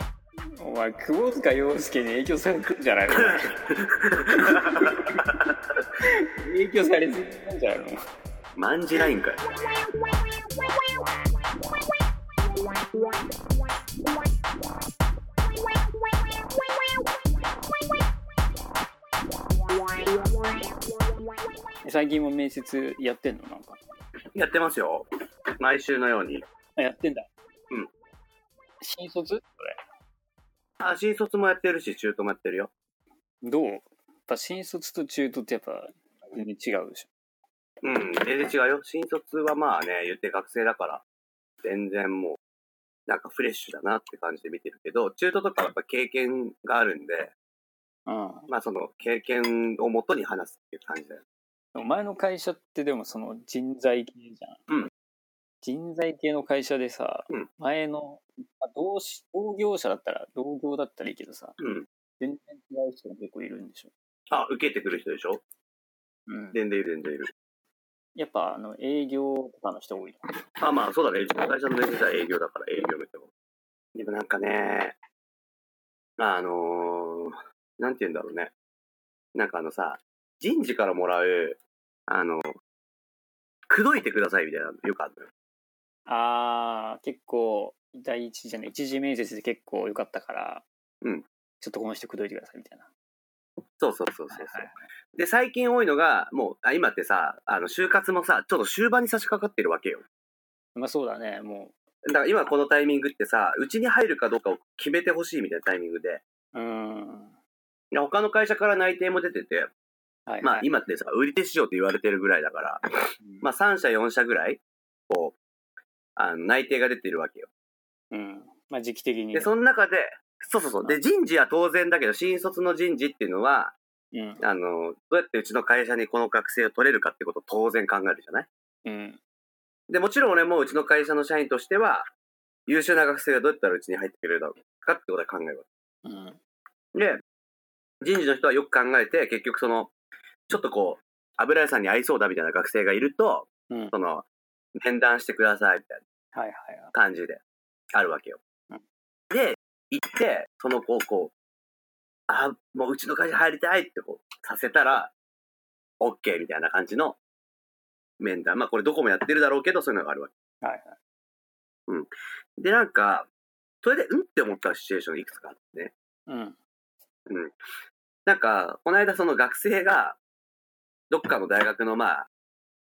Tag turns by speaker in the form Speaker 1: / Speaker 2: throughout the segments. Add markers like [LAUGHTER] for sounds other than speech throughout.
Speaker 1: あ、久保塚洋介に影響されてんじゃないの影響されてんじゃないの
Speaker 2: マンジラインかよ
Speaker 1: 最近も面接やってんのなんか。
Speaker 2: やってますよ毎週のように
Speaker 1: あ、やってんだ。
Speaker 2: うん。
Speaker 1: 新卒
Speaker 2: あ新卒もやってるし中途もやってるよ
Speaker 1: どうやっぱ新卒と中途ってやっぱ全然違うでし
Speaker 2: うん全然違うよ新卒はまあね言って学生だから全然もうなんかフレッシュだなって感じで見てるけど中途とかはやっぱ経験があるんで
Speaker 1: ょ。うん。
Speaker 2: まあその経験をもとに話すっていう感じだよ
Speaker 1: お前の会社ってでもその人材系じゃん。
Speaker 2: うん
Speaker 1: 人材系の会社でさ、
Speaker 2: うん
Speaker 1: 前の、まあ、同し同業者だったら、同業だったらいいけどさ、
Speaker 2: うん
Speaker 1: 全然違う人が結構いるんでしょ。
Speaker 2: あ受けてくる人でしょ
Speaker 1: うん、
Speaker 2: 全然いる全然いる
Speaker 1: やっぱあの営業とかの人多いの。
Speaker 2: あ、まあ、そうだね。うちの会社の面接は営業だから営業めっちゃ多いでもなんかね、まあ、あのーなんて言うんだろうね。なんかあのさ、人事からもらう、あの、口説いてくださいみたいなのよくあるのよ。
Speaker 1: あー、結構、第一次じゃない、一次面接で結構良かったから、
Speaker 2: うん
Speaker 1: ちょっとこの人口説いてくださいみたいな。
Speaker 2: そうそうそうそうそう、
Speaker 1: はいは
Speaker 2: で、最近多いのが、もう、あ今ってさ、あの、就活もさ、ちょっと終盤に差し掛かってるわけよ。
Speaker 1: まあそうだね、も
Speaker 2: だから今このタイミングってさ、うちに入るかどうかを決めてほしいみたいなタイミングで、
Speaker 1: う。うん。
Speaker 2: で他の会社から内定も出てて、
Speaker 1: はい、
Speaker 2: まあ
Speaker 1: はい
Speaker 2: 今ってさ、売り手市場って言われてるぐらいだから、
Speaker 1: うん
Speaker 2: まあ3社4社ぐらい、こう、あの内定が出てるわけよ。
Speaker 1: うん。まあ時期的に。
Speaker 2: で、その中で、そうそうそう。で、人事は当然だけど、新卒の人事っていうのは、
Speaker 1: うん。
Speaker 2: あの、どうやってうちの会社にこの学生を取れるかってことを当然考えるじゃない
Speaker 1: うん。
Speaker 2: で、もちろん俺もうちの会社の社員としては、優秀な学生がどうやったらうちに入ってくれるだろうかってことは考えるわ
Speaker 1: うん。
Speaker 2: け。で、人事の人はよく考えて、結局その、ちょっとこう、油屋さんに合いそうだみたいな学生がいると、
Speaker 1: うん。はい
Speaker 2: その、面談してくださいみたいな
Speaker 1: はいはい。
Speaker 2: 感じであるわけよ
Speaker 1: うん。
Speaker 2: で、行って、その子をこう、あ、もううちの会社入りたいってこう、させたら、OK みたいな感じの面談。まあこれどこもやってるだろうけど、そういうのがあるわけ。
Speaker 1: はいはい
Speaker 2: うん。で、なんか、それで、うんって思ったシチュエーションいくつかあってね。
Speaker 1: うん。
Speaker 2: なんか、この間その学生が、どっかの大学のまあ、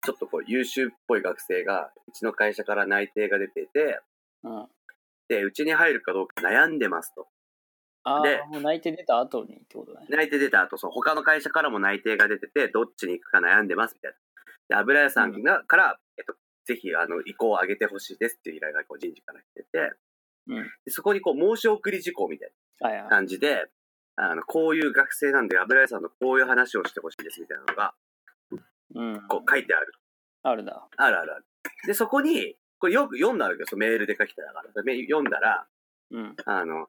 Speaker 2: ちょっとこう優秀っぽい学生が、うちの会社から内定が出てて、
Speaker 1: うん。
Speaker 2: で、うちに入るかどうか悩んでますと。
Speaker 1: あ
Speaker 2: で
Speaker 1: あ、もう内定出た後にってことね。
Speaker 2: 内定出た後、そう他の会社からも内定が出てて、どっちに行くか悩んでますみたいな。で、油屋さんが、から、えっと、ぜひ、あの、意向を上げてほしいですっていう依頼がこう人事から来てて、
Speaker 1: うん
Speaker 2: でそこにこう申し送り事項みたい
Speaker 1: はい
Speaker 2: な
Speaker 1: はい。
Speaker 2: 感じで、あの、こういう学生なんで、油屋さんのこういう話をしてほしいですみたいなのが、
Speaker 1: うん。
Speaker 2: こう書いてある。
Speaker 1: あるな。
Speaker 2: あるあるある。で、そこに、これよく読んだわけですよ、メールで書きただから。で読んだら、
Speaker 1: うん。
Speaker 2: あの、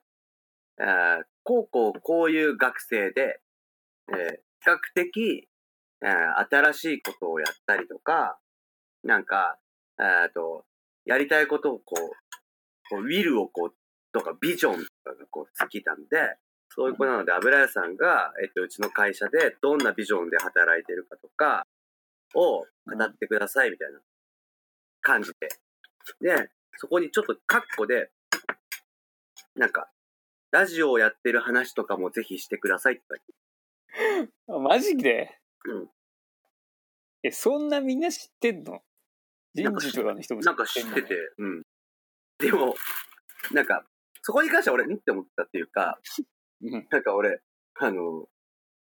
Speaker 2: あーこうこうこういう学生で、えー比較的、えー新しいことをやったりとか、なんか、えーと、やりたいことをこう、こうウィルをこう、とかビジョンとかがこう好きなんで、そういう子なので、油屋さんが、えっと、うちの会社でどんなビジョンで働いてるかとかを語ってくださいみたいな感じで。で、そこにちょっとカッコで、なんか、ラジオをやってる話とかもぜひしてくださいって書いて
Speaker 1: あマジで
Speaker 2: うん
Speaker 1: え、そんなみんな知ってんの
Speaker 2: な
Speaker 1: 人
Speaker 2: んか知
Speaker 1: 事とかの人も
Speaker 2: なんか知
Speaker 1: ん
Speaker 2: っ
Speaker 1: の
Speaker 2: てて、うん。でも、なんか、そこに関しては俺、んって思ったっていうか、
Speaker 1: うん。
Speaker 2: なんか俺、あの、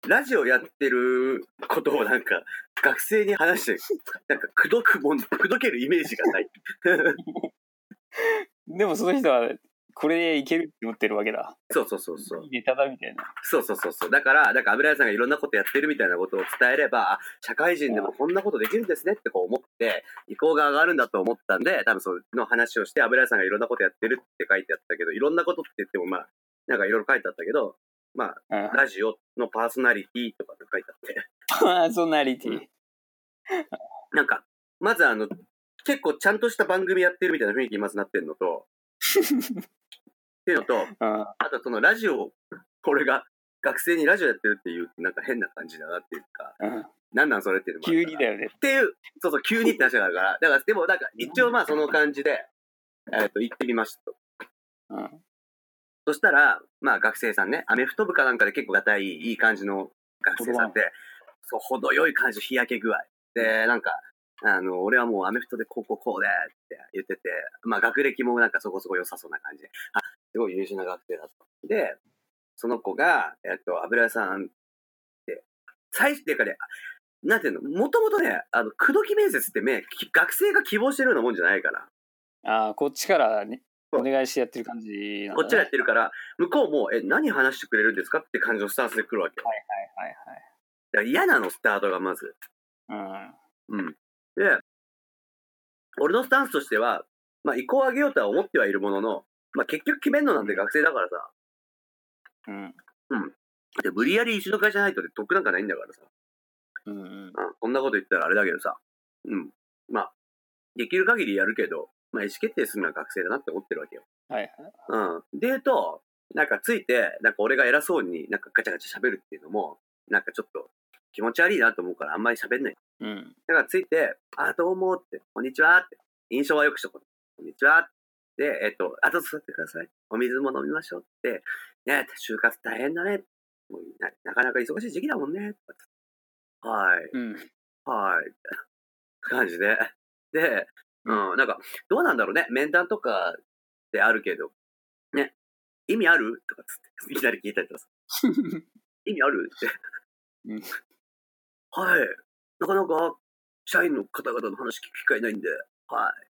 Speaker 2: ラジオやってることをなんか、学生に話して、なんか、くどくもん、くどけるイメージがない。 [LAUGHS]
Speaker 1: でもその人は、これでいけるって思ってるわけだ。
Speaker 2: そうそうそうそう
Speaker 1: い。いネタだみたいな。
Speaker 2: そうそうそうそう。だから、なんか油屋さんがいろんなことやってるみたいなことを伝えれば、あ社会人でもこんなことできるんですねってこう思って、意向が上がるんだと思ったんで、多分その話をして、油屋さんがいろんなことやってるって書いてあったけど、いろんなことって言ってもまあ、なんかいろいろ書いてあったけど、まあ、ラジオのパーソナリティとかって書いてあって、
Speaker 1: パーソナリティ。
Speaker 2: なんか、まずあの、結構ちゃんとした番組やってるみたいな雰囲気にまずなってんのと、ていうのと、
Speaker 1: うん。
Speaker 2: あとそのラジオ、 [LAUGHS] これが、学生にラジオやってるっていう、なんか変な感じだなっていうか、
Speaker 1: うん
Speaker 2: なんなんそれっていうのもあ
Speaker 1: 急
Speaker 2: るから
Speaker 1: にだよね
Speaker 2: っ。ていう、そうそう、急にって話があるから、だから、でも、なんか、一応まあその感じで、えっ、と、行ってみましたと。
Speaker 1: うん。
Speaker 2: そしたら、まあ学生さんね、アメフト部かなんかで結構がたいいい感じの学生さんで、そう、程よい感じ、日焼け具合。で、なんか、あの、俺はもうアメフトでこうこうこうでって言ってて、まあ学歴もなんかそこそこ良さそうな感じで、あ、すごい優秀な学生だった。で、その子が、えっと、油屋さんって、最初っていうかね、なんていうの、もともとね、あの、口説き面接ってね、き学生が希望してるようなもんじゃないから、
Speaker 1: ああ、こっちからね、
Speaker 2: そう
Speaker 1: お願いしてやってる感じなんだね
Speaker 2: こっちがやってるから、向こうも、え、何話してくれるんですかって感じのスタンスで来るわけよ。
Speaker 1: はい
Speaker 2: だから嫌なの、スタートがまず。
Speaker 1: はいはい。うん。
Speaker 2: うん。で、俺のスタンスとしては、まあ、移行を上げようとは思ってはいるものの、まあ、結局決めんのなんて学生だからさ、
Speaker 1: うん。
Speaker 2: で無理やり一緒の会社に入ったって得なんかないんだからさ、
Speaker 1: うんうん。
Speaker 2: うん、こんなこと言ったらあれだけどさ、うん。まあ、できる限りやるけど、まあ、意思決定するのは学生だなって思ってるわけよ。
Speaker 1: はいはい。
Speaker 2: うん。で言うと、なんかついて、なんか俺が偉そうになんかガチャガチャ喋るっていうのも、なんかちょっと気持ち悪いなと思うからあんまり喋んない。
Speaker 1: うん。
Speaker 2: だからついて、あ、どうもって、こんにちはって、印象は良くしとこう。こんにちはで、えっと、あと座ってください。お水も飲みましょうって、ね、就活大変だね。もうななかなか忙しい時期だもんね。はい、 [LAUGHS]
Speaker 1: うん。
Speaker 2: はい。感じで。で、うん、なんか、どうなんだろうね。面談とかってあるけど、ね、意味あるとかつって、いきなり聞いたりとかさ意味あるって。
Speaker 1: うん
Speaker 2: はい。なかなか、社員の方々の話聞く機会ないんで、はい。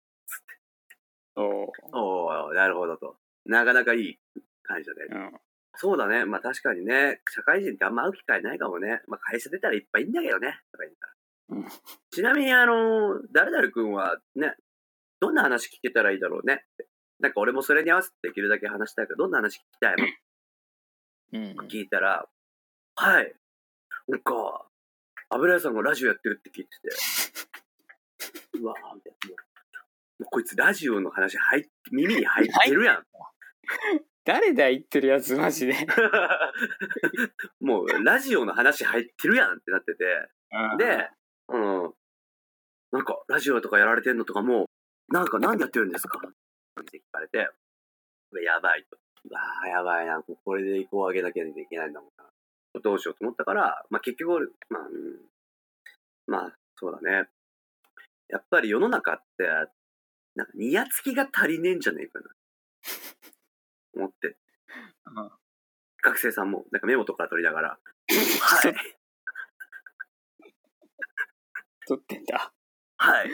Speaker 1: おう
Speaker 2: おー、なるほどと。なかなかいい会社で。
Speaker 1: うん。
Speaker 2: そうだね。まあ確かにね、社会人ってあんま会う機会ないかもね。まあ会社出たらいっぱいいんだけどね。とか言ったら
Speaker 1: うん
Speaker 2: ちなみに、あの、誰々君はね、どんな話聞けたらいいだろうねって。なんか俺もそれに合わせてできるだけ話したいから、どんな話聞きたい
Speaker 1: [LAUGHS] うん。
Speaker 2: 聞いたら、はい、なんか、油屋さんがラジオやってるって聞いてて、うわぁ、みたいな。もうもうこいつラジオの話入っ耳に入ってるやん。
Speaker 1: 誰だ言ってるやつ、マジ
Speaker 2: [LAUGHS]
Speaker 1: で。
Speaker 2: もうラジオの話入ってるやんってなってて、で、うん、なんかラジオとかやられてんのとかも、なんかなんでやってるんですかって聞かれて、うわやばいと。ああ、やばいな。もうこれで移行を上げなきゃいけないんだもんな。どうしようと思ったから、まあ結局俺、まあ、うん、まあ、そうだね。やっぱり世の中って、なんか、にやつきが足りねえんじゃねえかな。思って
Speaker 1: [LAUGHS] うん。
Speaker 2: 学生さんも、なんかメモとか取りなが
Speaker 1: [LAUGHS]
Speaker 2: ら、は
Speaker 1: そ
Speaker 2: い、
Speaker 1: 撮ってんだ。
Speaker 2: はい。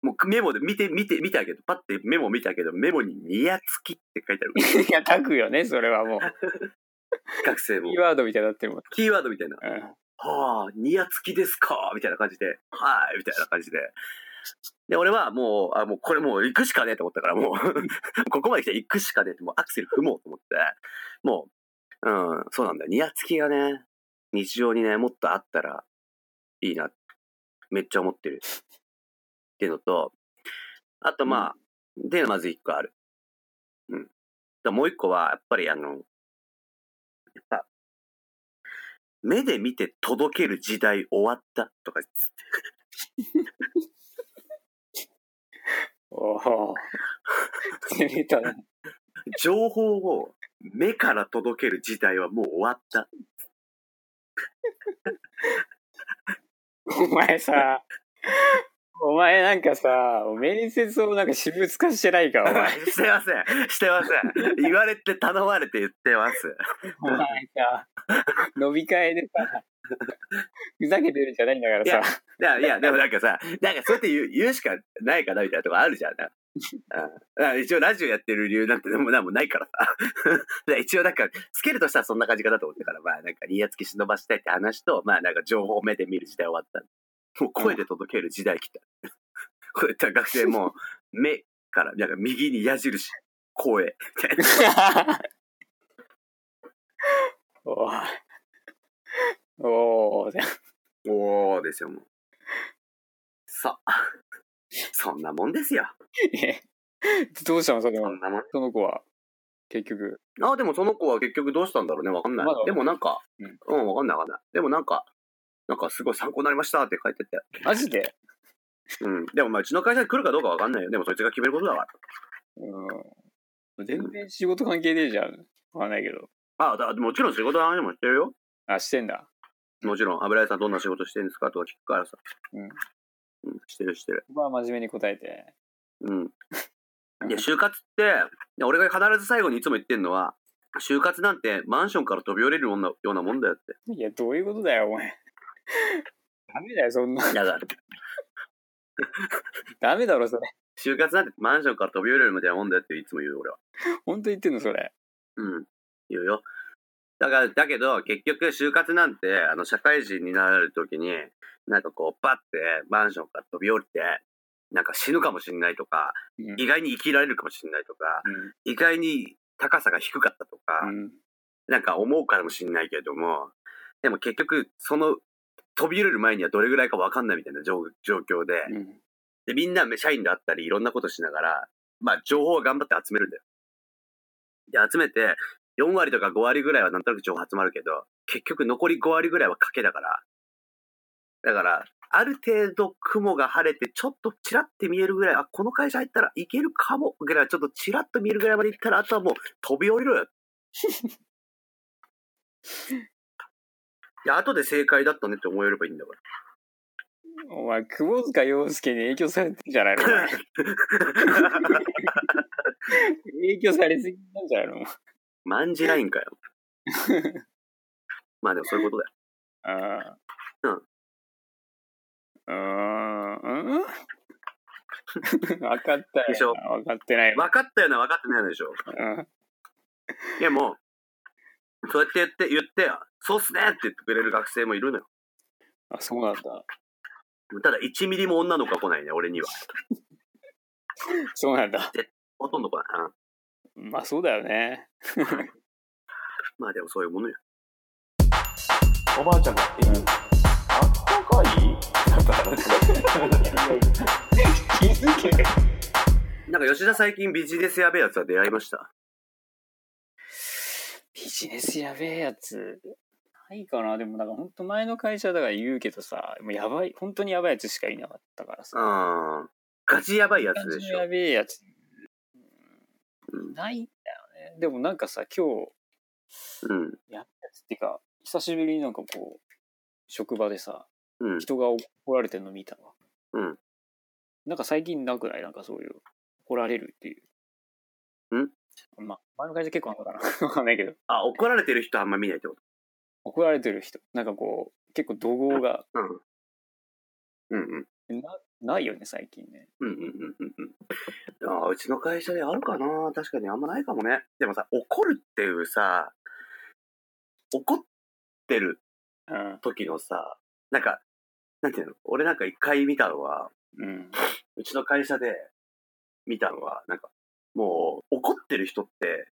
Speaker 2: もうメモで見て、見て、見たけど、パッてメモ見たけど、メモににやつきって書いてある。
Speaker 1: [LAUGHS] いや、書くよね、それはもう。
Speaker 2: 学生も
Speaker 1: キー。ワードみたいになってるもん。
Speaker 2: キーワードみたいな。
Speaker 1: うん。
Speaker 2: はあ、にやつきですかみたいな感じで、はい、みたいな感じで。で、俺はもう、あ、もうこれもう行くしかねえと思ったから、もう、 [LAUGHS] ここまで来て行くしかねえって、もうアクセル踏もうと思って、もう、うん、そうなんだよ。にやつきがね、日常にね、もっとあったらいいな、めっちゃ思ってる。っていうのと、あとまあ、で、まず一個ある。うん。でもう一個は、やっぱりあの、やっぱ、目で見て届ける時代終わったとか言って
Speaker 1: おお。攻めたな。
Speaker 2: 情報を目から届ける時代はもう終わった。 [LAUGHS]
Speaker 1: お前さ、お前なんかさ、面接をなんか私物化してないか、お前。
Speaker 2: してません。してません。言われて頼まれて言ってます。
Speaker 1: お前さ、飲み会でさ、ふざけてるんじゃないんだからさ。
Speaker 2: いや、いや、でもなんかさ、なんかそうやって言う言うしかないかなみたいなとこあるじゃん。うんだから一応ラジオやってる理由なんてでもなんもないからさ。 [LAUGHS] だから一応なんか、つけるとしたらそんな感じかなと思ってから、まあなんか、ニヤつき忍ばしたいって話と、まあなんか情報を目で見る時代終わった。もう声で届ける時代来た。 [LAUGHS] こういった学生も、目から、なんか右に矢印、声、 [LAUGHS] みたいな。
Speaker 1: [LAUGHS] おお。おお。
Speaker 2: おーですよ、もう。さあ、そんなもんですよ。
Speaker 1: [LAUGHS] えどうしたのそれ
Speaker 2: そ
Speaker 1: は
Speaker 2: ん。なもん。
Speaker 1: その子は。結局。
Speaker 2: ああ、でもその子は結局どうしたんだろうね。わかんない
Speaker 1: まだわ。か
Speaker 2: で
Speaker 1: ん
Speaker 2: もなんか、
Speaker 1: うん
Speaker 2: うん、わかんないわかんない。でもなんか、なんかすごい参考になりましたって書いてて。
Speaker 1: マジで
Speaker 2: うん。でもまあ、うちの会社に来るかどうかわかんないよ。でもそいつが決めることだから。
Speaker 1: うん。全然仕事関係ねえじゃん。わかんないけど。
Speaker 2: ああ、だもちろん仕事の話もしてるよ。
Speaker 1: あ、してんだ。
Speaker 2: もちろん、油屋さんどんな仕事してるんですかとか聞くからさ。
Speaker 1: うん。
Speaker 2: うん、してるしてる。
Speaker 1: まあ真面目に答えて。
Speaker 2: うん。いや、就活って、いや俺が必ず最後にいつも言ってんのは、就活なんてマンションから飛び降りるもんなようなもんだよって。
Speaker 1: いや、どういうことだよ、お前。 [LAUGHS] ダメだよ、そんな。
Speaker 2: いやだから、
Speaker 1: ダメだろ、それ。
Speaker 2: 就活なんてマンションから飛び降りるみたいなもんだよっていつも言う俺は。
Speaker 1: 本当言ってんの、それ。
Speaker 2: うん。言うよ。だから、だけど、結局、就活なんて、あの、社会人になるときに、なんかこう、バッて、マンションから飛び降りて、なんか死ぬかもしんないとか、
Speaker 1: うん。うん
Speaker 2: 意外に生きられるかもしんないとか、意外に高さが低かったとか、
Speaker 1: うん。
Speaker 2: なんか思うかもしんないけれども、でも結局、その、飛び降りる前にはどれぐらいかわかんないみたいな状状況で、
Speaker 1: うん。
Speaker 2: で、みんな社員であったり、いろんなことしながら、まあ、情報を頑張って集めるんだよ。で、集めて、4割とか5割ぐらいはなんとなく情報集まるけど、結局残り5割ぐらいは賭けだから。だから、ある程度雲が晴れて、ちょっとチラって見えるぐらい、あ、この会社入ったらいけるかも、ぐらいはちょっとチラっと見えるぐらいまでいったら、あとはもう飛び降りろよ。いや、後で正解だったねって思えればいいんだから。
Speaker 1: お前、窪塚洋介に影響されてんじゃ
Speaker 2: [LAUGHS]
Speaker 1: ないのお前影響されすぎなんじゃないのお前
Speaker 2: マンジライン [LAUGHS] かよ。まあでもそういうことだよ。
Speaker 1: ああ。うん。 [LAUGHS] うーん分かったよ。
Speaker 2: でしょ
Speaker 1: 分かってないわ。
Speaker 2: 分かったような分かってないのでしょ。
Speaker 1: うん
Speaker 2: でも、そうやって言って、言って、そうっすねって言ってくれる学生もいるのよ。
Speaker 1: あ、そうなんだ。
Speaker 2: ただ1ミリも女の子は来ないね、俺には。
Speaker 1: そうなんだ。
Speaker 2: ほとんど来ない。うん
Speaker 1: まあそうだよ
Speaker 2: [LAUGHS]
Speaker 1: ね。
Speaker 2: まあでもそういうものよ。おばあちゃんが、え、あったかい
Speaker 1: 気づけよ。
Speaker 2: なんか吉田最近ビジネスやべえやつは出会いました。
Speaker 1: ビジネスやべえやつ。ないかなでもなんか本当前の会社だから言うけどさ、もうやばい、本当にやばいやつしかいなかったからさ。
Speaker 2: うん。ガチやばいやつでしょ
Speaker 1: や。べえやつ。
Speaker 2: うん
Speaker 1: ないんだよね。でもなんかさ、今日、
Speaker 2: うん。
Speaker 1: やべえやつっていうか、久しぶりになんかこう、職場でさ、
Speaker 2: うん。
Speaker 1: 人が怒られてるの見たわ。
Speaker 2: うん。
Speaker 1: なんか最近なくないなんかそういう、怒られるっていう。
Speaker 2: ん
Speaker 1: まあ、前の会社結構あんのかな [LAUGHS] わかんないけど。
Speaker 2: あ、怒られてる人あんま見ないってこ
Speaker 1: 怒られてる人なんかこう結構怒号が
Speaker 2: と。うん。うんうん。
Speaker 1: なないよね最近ね
Speaker 2: うんうんうんうんうん。ああ、うちの会社であるかな確かにあんまないかもね。でもさ、怒るっていうさ、怒ってる
Speaker 1: うん
Speaker 2: 時のさ、なんか、なんていうの俺なんか一回見たのは、
Speaker 1: うん
Speaker 2: うちの会社で見たのは、なんか、もう怒ってる人って、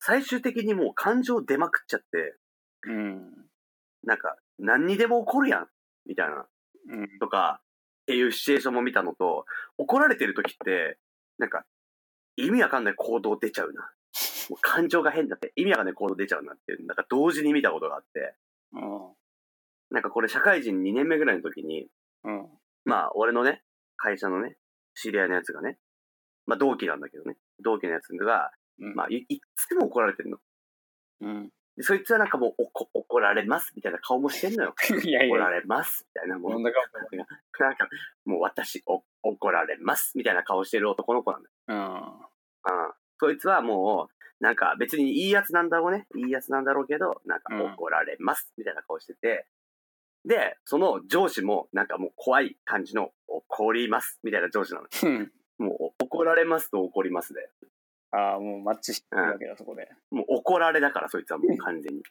Speaker 2: 最終的にもう感情出まくっちゃって、
Speaker 1: うん
Speaker 2: なんか、何にでも怒るやんみたいな。
Speaker 1: うん
Speaker 2: とかっていうシチュエーションも見たのと、怒られてる時って、なんか、意味わかんない行動出ちゃうな。もう感情が変だって、意味わかんない行動出ちゃうなっていう、なんか同時に見たことがあって、
Speaker 1: うん
Speaker 2: なんかこれ社会人2年目ぐらいの時に、
Speaker 1: うん
Speaker 2: まあ俺のね、会社のね、知り合いのやつがね、まあ同期なんだけどね、同期のやつが、
Speaker 1: うん
Speaker 2: まあいいっつも怒られてるの。
Speaker 1: うん [LAUGHS]
Speaker 2: で、そいつはなんかもう怒怒られますみたいな顔もしてんのよ。
Speaker 1: いやい
Speaker 2: 怒ら
Speaker 1: や
Speaker 2: れますみたいなもう
Speaker 1: なんだか
Speaker 2: なんか、もう私お、怒られます、みたいな顔してる男の子なんだよ。
Speaker 1: う
Speaker 2: うん。そいつはもう、なんか別にいいやつなんだろうね。いいやつなんだろうけど、なんか
Speaker 1: うん
Speaker 2: 怒られます、みたいな顔してて。で、その上司も、なんかもう怖い感じの、怒ります、みたいな上司なの。
Speaker 1: ん [LAUGHS]
Speaker 2: もう、怒られますと怒りますで。
Speaker 1: ああもうマッチしてるわけだそこで
Speaker 2: もう怒られだから、そいつはもう完全に。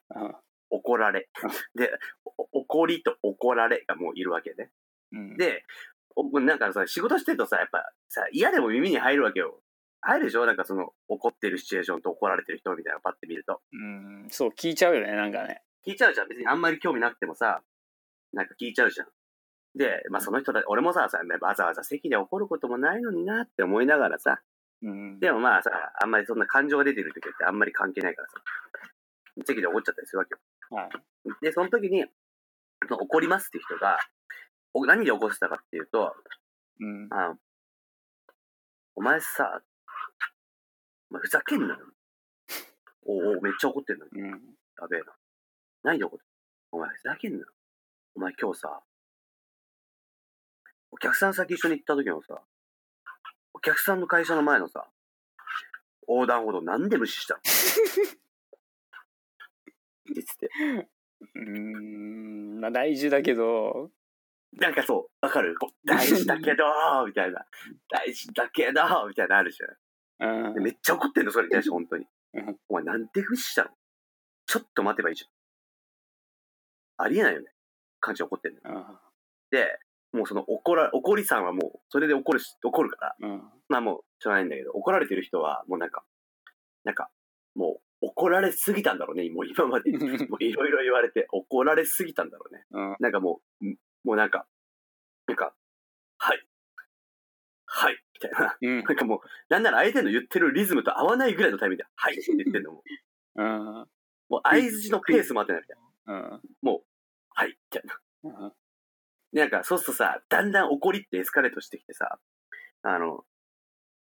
Speaker 2: 怒られ。 [LAUGHS] で、お怒りと怒られがもういるわけね。
Speaker 1: うん
Speaker 2: で、おなんかさ、仕事してるとさ、やっぱさ、嫌でも耳に入るわけよ。入るでしょなんかその、怒ってるシチュエーションと怒られてる人みたいなのパッて見ると。
Speaker 1: うんそう聞いちゃうよねなんかね
Speaker 2: 聞いちゃうじゃん。別にあんまり興味なくてもさ、なんか聞いちゃうじゃん。で、まあその人だ、俺もさ、さわざわざ席で怒ることもないのになって思いながらさ、
Speaker 1: うん。
Speaker 2: でもまあさ、あんまりそんな感情が出てる時ってあんまり関係ないからさ、席で怒っちゃったりするわけよ。
Speaker 1: はい。
Speaker 2: で、その時に、その怒りますって人が、お何で怒ってたかっていうと、
Speaker 1: うん。
Speaker 2: あのお前さ、お前ふざけんなよ。おうおう、めっちゃ怒ってんのに。
Speaker 1: うん。
Speaker 2: やべえな。何で怒ってんのお前ふざけんなよ。お前今日さ、お客さん先一緒に行った時のさ、お客さんの会社の前のさ、横断歩道なんで無視したのって言ってて。
Speaker 1: うーん。まあ大事だけど、
Speaker 2: なんかそう、わかるこう大事だけどーみたいな。大事だけどーみたいなのあるじゃん。
Speaker 1: うん
Speaker 2: で。めっちゃ怒ってんの、それに対して、本当に
Speaker 1: うん。
Speaker 2: お前、なんで無視したのちょっと待てばいいじゃん。ありえないよね。感じ怒ってんの。
Speaker 1: あ
Speaker 2: で、もうその怒ら、怒りさんはもう、それで怒るし、怒るから、
Speaker 1: うん。
Speaker 2: まあもう、しょうがないんだけど、怒られてる人は、もうなんか、なんか、もう、怒られすぎたんだろうね、もう今まで。もういろいろ言われて、怒られすぎたんだろうね。
Speaker 1: うん。
Speaker 2: なんかもう、んもうなんか、なんか、はい。はい。みたいな。
Speaker 1: うん。
Speaker 2: なんかもう、なんなら相手の言ってるリズムと合わないぐらいのタイミングで、はいって言ってんの [LAUGHS] も。
Speaker 1: うん。
Speaker 2: もう相づちのペースも合ってないみたいな。
Speaker 1: うん。
Speaker 2: はい。みたいな。でなんか、そうするとさ、だんだん怒りってエスカレートしてきてさ、あの、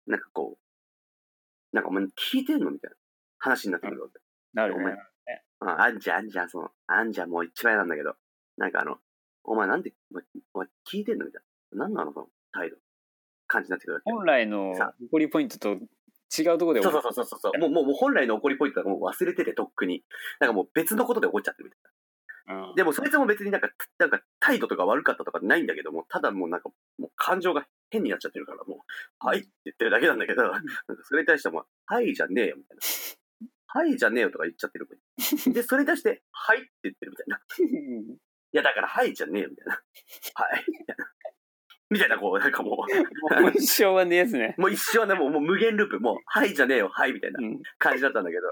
Speaker 2: なんかこう、なんかお前聞いてんのみたいな話になってくるわけ。
Speaker 1: なる
Speaker 2: お前
Speaker 1: ね。
Speaker 2: うん、あんじゃん、あんじゃん、その、あんじゃんもう一番嫌なんだけど、なんかあの、お前なんで、お前お前聞いてんのみたいな。なんなのその態度。感じになってくるわけ。
Speaker 1: 本来の残りポイントと違うところで
Speaker 2: そうそうそうそうそう。もう、もうもう本来の怒りポイントはもう忘れてて、とっくに。なんかもう別のことで怒っちゃってるみたい
Speaker 1: うん
Speaker 2: な。でもそいつも別になんか、なんか態度とか悪かったとかないんだけども、ただもうなんか、もう感情が変になっちゃってるから、もう、はいって言ってるだけなんだけど、なんかそれに対しても、はいじゃねえよ、みたいな。はいじゃねえよとか言っちゃってる。で、それに対して、はいって言ってるみたいな。 [LAUGHS] いや、だから、はいじゃねえよ、みたいな。はい。みたいな、こう、なんかも
Speaker 1: もう一生はねえですね。
Speaker 2: う、もう一生ね、もうもう無限ループ、もう、はいじゃねえよ、はい、みたいな。
Speaker 1: うん。
Speaker 2: 感じだったんだけど、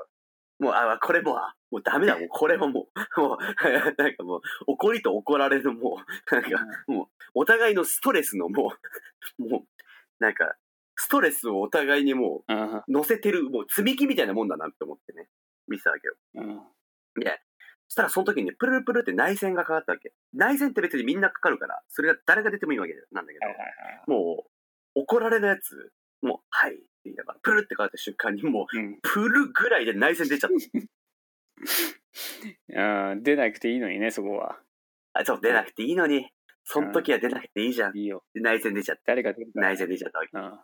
Speaker 2: もう、あ、これもう、あもうダ
Speaker 1: [LAUGHS]
Speaker 2: メだ、もう、これももう、もう、 [LAUGHS] なんかもう、怒りと怒られるもう、なんか、お互いのストレスのもう、もう、なんか、ストレスをお互いにも
Speaker 1: うん。
Speaker 2: う、乗せてる、もう、積み木みたいなもんだなって思ってね、見てたわけよ。
Speaker 1: うん。
Speaker 2: で、そしたらその時にね、プルルプルって内戦がかかったわけ。内戦って別にみんなかかるから、それが誰が出てもいいわけなんだけど
Speaker 1: はいはい、はい。
Speaker 2: もう、怒られるやつ、もう、はいって言いながら、プルってかかった瞬間にもう、
Speaker 1: うん
Speaker 2: プルぐらいで内戦出ちゃった。
Speaker 1: うん、出なくていいのにねそこは
Speaker 2: あ、そう、出なくていいのに。その時は出なくていいじゃん。
Speaker 1: いいよ
Speaker 2: で内戦出ちゃって、
Speaker 1: 誰か出るから
Speaker 2: 内戦出ちゃったわけ。
Speaker 1: うん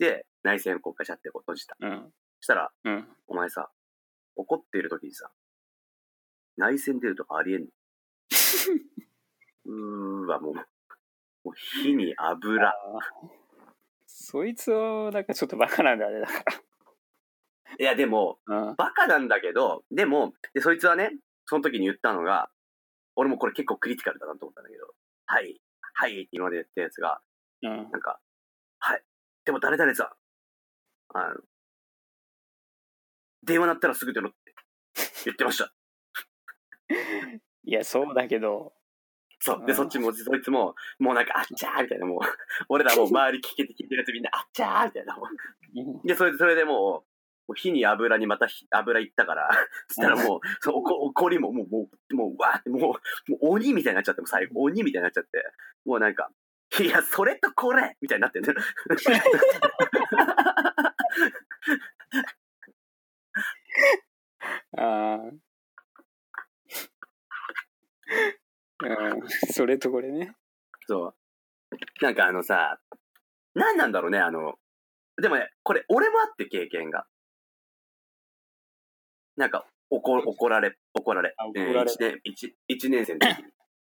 Speaker 2: で、内戦こうガチャってこう閉じた。
Speaker 1: うん
Speaker 2: そしたら、
Speaker 1: うん [LAUGHS]
Speaker 2: お前さ、怒っている時にさ、内戦出るとかありえんのうーわ、もう、もう火に油。
Speaker 1: そいつをなんかちょっとバカなんだあれだか
Speaker 2: いや、でも、
Speaker 1: らうん
Speaker 2: バカなんだけど、でも、で、そいつはね、その時に言ったのが、俺もこれ結構クリティカルだなと思ったんだけど、はい、はいって今までやったやつが、
Speaker 1: うん
Speaker 2: なんか、はい。でも誰々さん、あの、電話鳴ったらすぐ出ろって言ってました。
Speaker 1: いやそうだけど
Speaker 2: そう。
Speaker 1: う
Speaker 2: で、
Speaker 1: ん
Speaker 2: そっちも、そいつも、もうなんか、あっちゃーみたいな、もう、 [LAUGHS] 俺らもう周り聞けて聞いてるやつみんな、あっちゃーみたいな、も
Speaker 1: うん
Speaker 2: う。で、それで、それでもう、もう火に油にまた火油いったから、 [LAUGHS] そしたらもう、そう怒怒りも、もう、もう、もう、わーって、もう、もう鬼みたいになっちゃって、もう最後、鬼みたいになっちゃって、もうなんか、いや、それとこれみたいになってん [LAUGHS] だよ
Speaker 1: あー [LAUGHS] うんそれとこれね
Speaker 2: そう。なんかあのさ、何なんだろうね、あの、でもね、これ俺もあって経験が。なんか、怒怒られ、怒られ。
Speaker 1: あ怒られ
Speaker 2: 1年、一一年生の
Speaker 1: [LAUGHS]
Speaker 2: 時。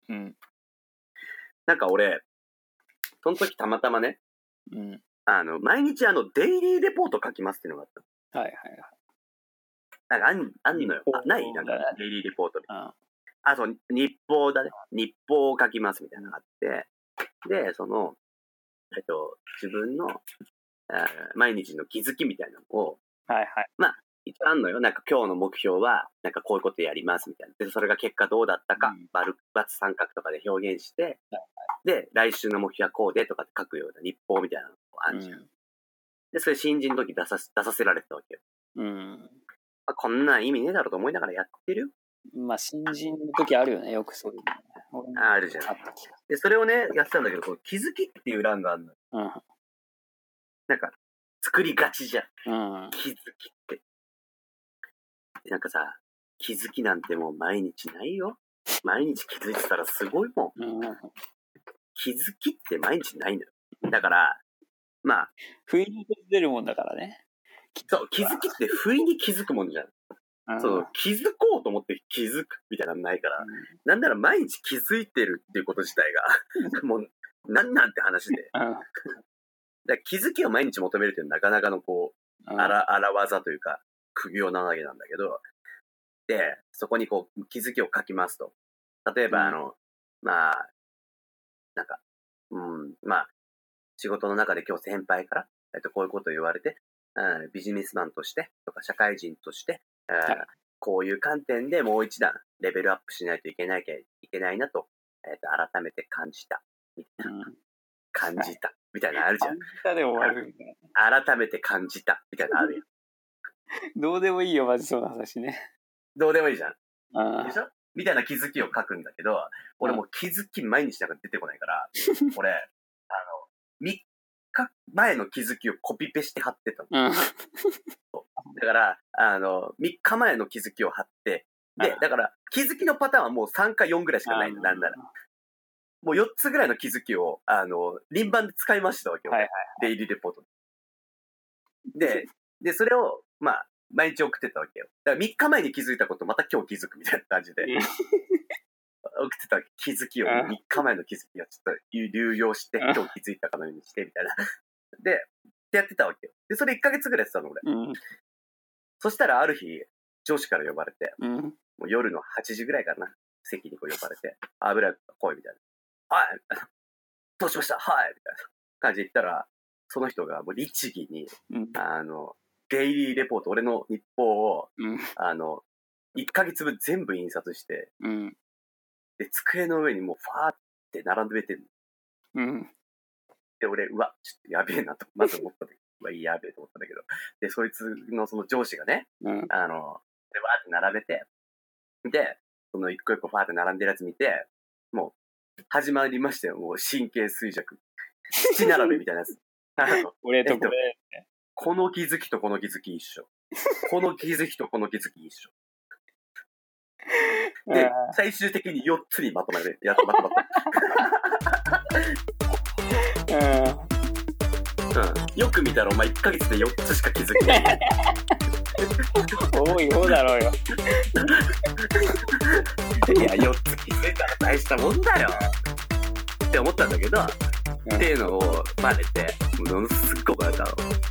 Speaker 1: うん
Speaker 2: なんか俺、その時たまたまね、
Speaker 1: うん
Speaker 2: あの、毎日あの、デイリーレポート書きますっていうのがあっ
Speaker 1: はいはい
Speaker 2: た。なんかあん、あんのよ。あないなんか
Speaker 1: 日報だね、
Speaker 2: デイリーレポートみたいな
Speaker 1: はい
Speaker 2: あ、そう、日報だね。日報を書きますみたいなのがあって、で、その、えっと、自分の、えー毎日の気づきみたいなのを、
Speaker 1: うんはいはい
Speaker 2: 一応あんのよ。なんか今日の目標は、なんかこういうことやりますみたいな。で、それが結果どうだったか、
Speaker 1: うん
Speaker 2: 丸、×三角とかで表現して、で、来週の目標はこうでとかって書くような日報みたいなのをあ
Speaker 1: う
Speaker 2: るじゃん。
Speaker 1: ん
Speaker 2: で、それ新人の時出させ、出させられてたわけよ。
Speaker 1: うん。
Speaker 2: まあ、こんなん意味ねえだろうと思いながらやってるよ。
Speaker 1: まあ、新人の時あるよね、よくそういうのね。俺も
Speaker 2: ああるじゃん
Speaker 1: あった気が
Speaker 2: で、それをね、やってたんだけど、こう気づきっていう欄があるのよ。なんか、作りがちじゃん。
Speaker 1: うん。うん。
Speaker 2: 気づきって。なんかさ、気づきなんてもう毎日ないよ。毎日気づいてたらすごいもん。
Speaker 1: うん、
Speaker 2: 気づきって毎日ないのよ。だから、まあ、
Speaker 1: 不意に出るもんだからね。
Speaker 2: そう、気づきって不意に気づくもんじゃん。
Speaker 1: うん
Speaker 2: そう、気づこうと思って気づくみたいなのないから。
Speaker 1: う
Speaker 2: なんなら毎日気づいてるっていうこと自体が、もう、なんなんて話で。
Speaker 1: ん。
Speaker 2: だから気づきを毎日求めるっていうのはなかなかのこ
Speaker 1: う
Speaker 2: う、
Speaker 1: ん
Speaker 2: あら、荒技というか、苦行なわけなんだけど、で、そこにこう、気づきを書きますと。例え
Speaker 1: う
Speaker 2: ば、
Speaker 1: ん
Speaker 2: あの、まあ、なんか、うん、まあ、仕事の中で今日先輩から、えっと、こういうことを言われて、うん、ビジネスマンとして、とか社会人として、うん
Speaker 1: はい
Speaker 2: こういう観点でもう一段レベルアップしないといけないけいけないなと、えっと、改めて感じた。
Speaker 1: うん。
Speaker 2: 感じた。みたいなのあるじゃ
Speaker 1: 感。
Speaker 2: ん
Speaker 1: じたで終わるみたい
Speaker 2: 改めて感じた。みたいな
Speaker 1: [LAUGHS]
Speaker 2: のあるやん。
Speaker 1: な。どうでもいいよ、マジそうな話ね。
Speaker 2: どうでもいいじゃん。
Speaker 1: あ
Speaker 2: でしょみたいな気づきを書くんだけど、俺もう気づき毎日なんか出てこないから、俺、あの、3日前の気づきをコピペして貼ってたの。
Speaker 1: あ。うん。
Speaker 2: だから、あの、3日前の気づきを貼って、で
Speaker 1: あ、
Speaker 2: だから、気づきのパターンはもう3か4ぐらいしかないの、なんなら。もう4つぐらいの気づきを、あの、輪番で使いましたわけよ。
Speaker 1: はいはい
Speaker 2: デイリーレポートで。で、で、それを、まあ、毎日送ってたわけよ。だから3日前に気づいたこと、また今日気づくみたいな感じで。 [LAUGHS]
Speaker 1: うん
Speaker 2: 送ってたわけ気づきを、
Speaker 1: あ
Speaker 2: 3日前の気づきをちょっと流用して、
Speaker 1: あ
Speaker 2: 今日気づいたかのようにして、みたいな。で、ってやってたわけよ。で、それ1ヶ月ぐらいやってたの、俺。
Speaker 1: うん。
Speaker 2: そしたらある日、上司から呼ばれて、
Speaker 1: うん。
Speaker 2: もう夜の8時ぐらいかな、席にこう呼ばれて、あ、危ない、来い、みたいな。はい、どうしましたはい、みたいな感じで言ったら、その人がもう律儀に、
Speaker 1: うん。
Speaker 2: あの、デイリーレポート、俺の日報を、
Speaker 1: うん
Speaker 2: あの、1ヶ月分全部印刷して、
Speaker 1: うん。
Speaker 2: で、机の上にもうファーって並んでてる。
Speaker 1: うん。
Speaker 2: で、俺、うわ、ちょっとやべえなと、まず思ったんだけど、うわ、やべえと思ったんだけど、で、そいつのその上司がね、
Speaker 1: うん。
Speaker 2: あの、で、わーって並べて、で、その一個一個ファーって並んでるやつ見て、もう、始まりましたよ。もう神経衰弱。七並べみたいなや [LAUGHS] つ。あの
Speaker 1: 俺とこれ。
Speaker 2: この気づきとこの気づき一緒。この気づきとこの気づき一 [LAUGHS] 緒。で
Speaker 1: あ、
Speaker 2: 最終的に4つにまとまる。やっとまとまっ
Speaker 1: ーうん。
Speaker 2: た。うん。よく見たらお前1ヶ月で4つしか気づきない。
Speaker 1: 多い方だろうよ。
Speaker 2: [LAUGHS] いや、4つ気づいたら大したもんだよ。って思ったんだけど、
Speaker 1: うん
Speaker 2: っていうのをバレて、ものすっごくバレたの。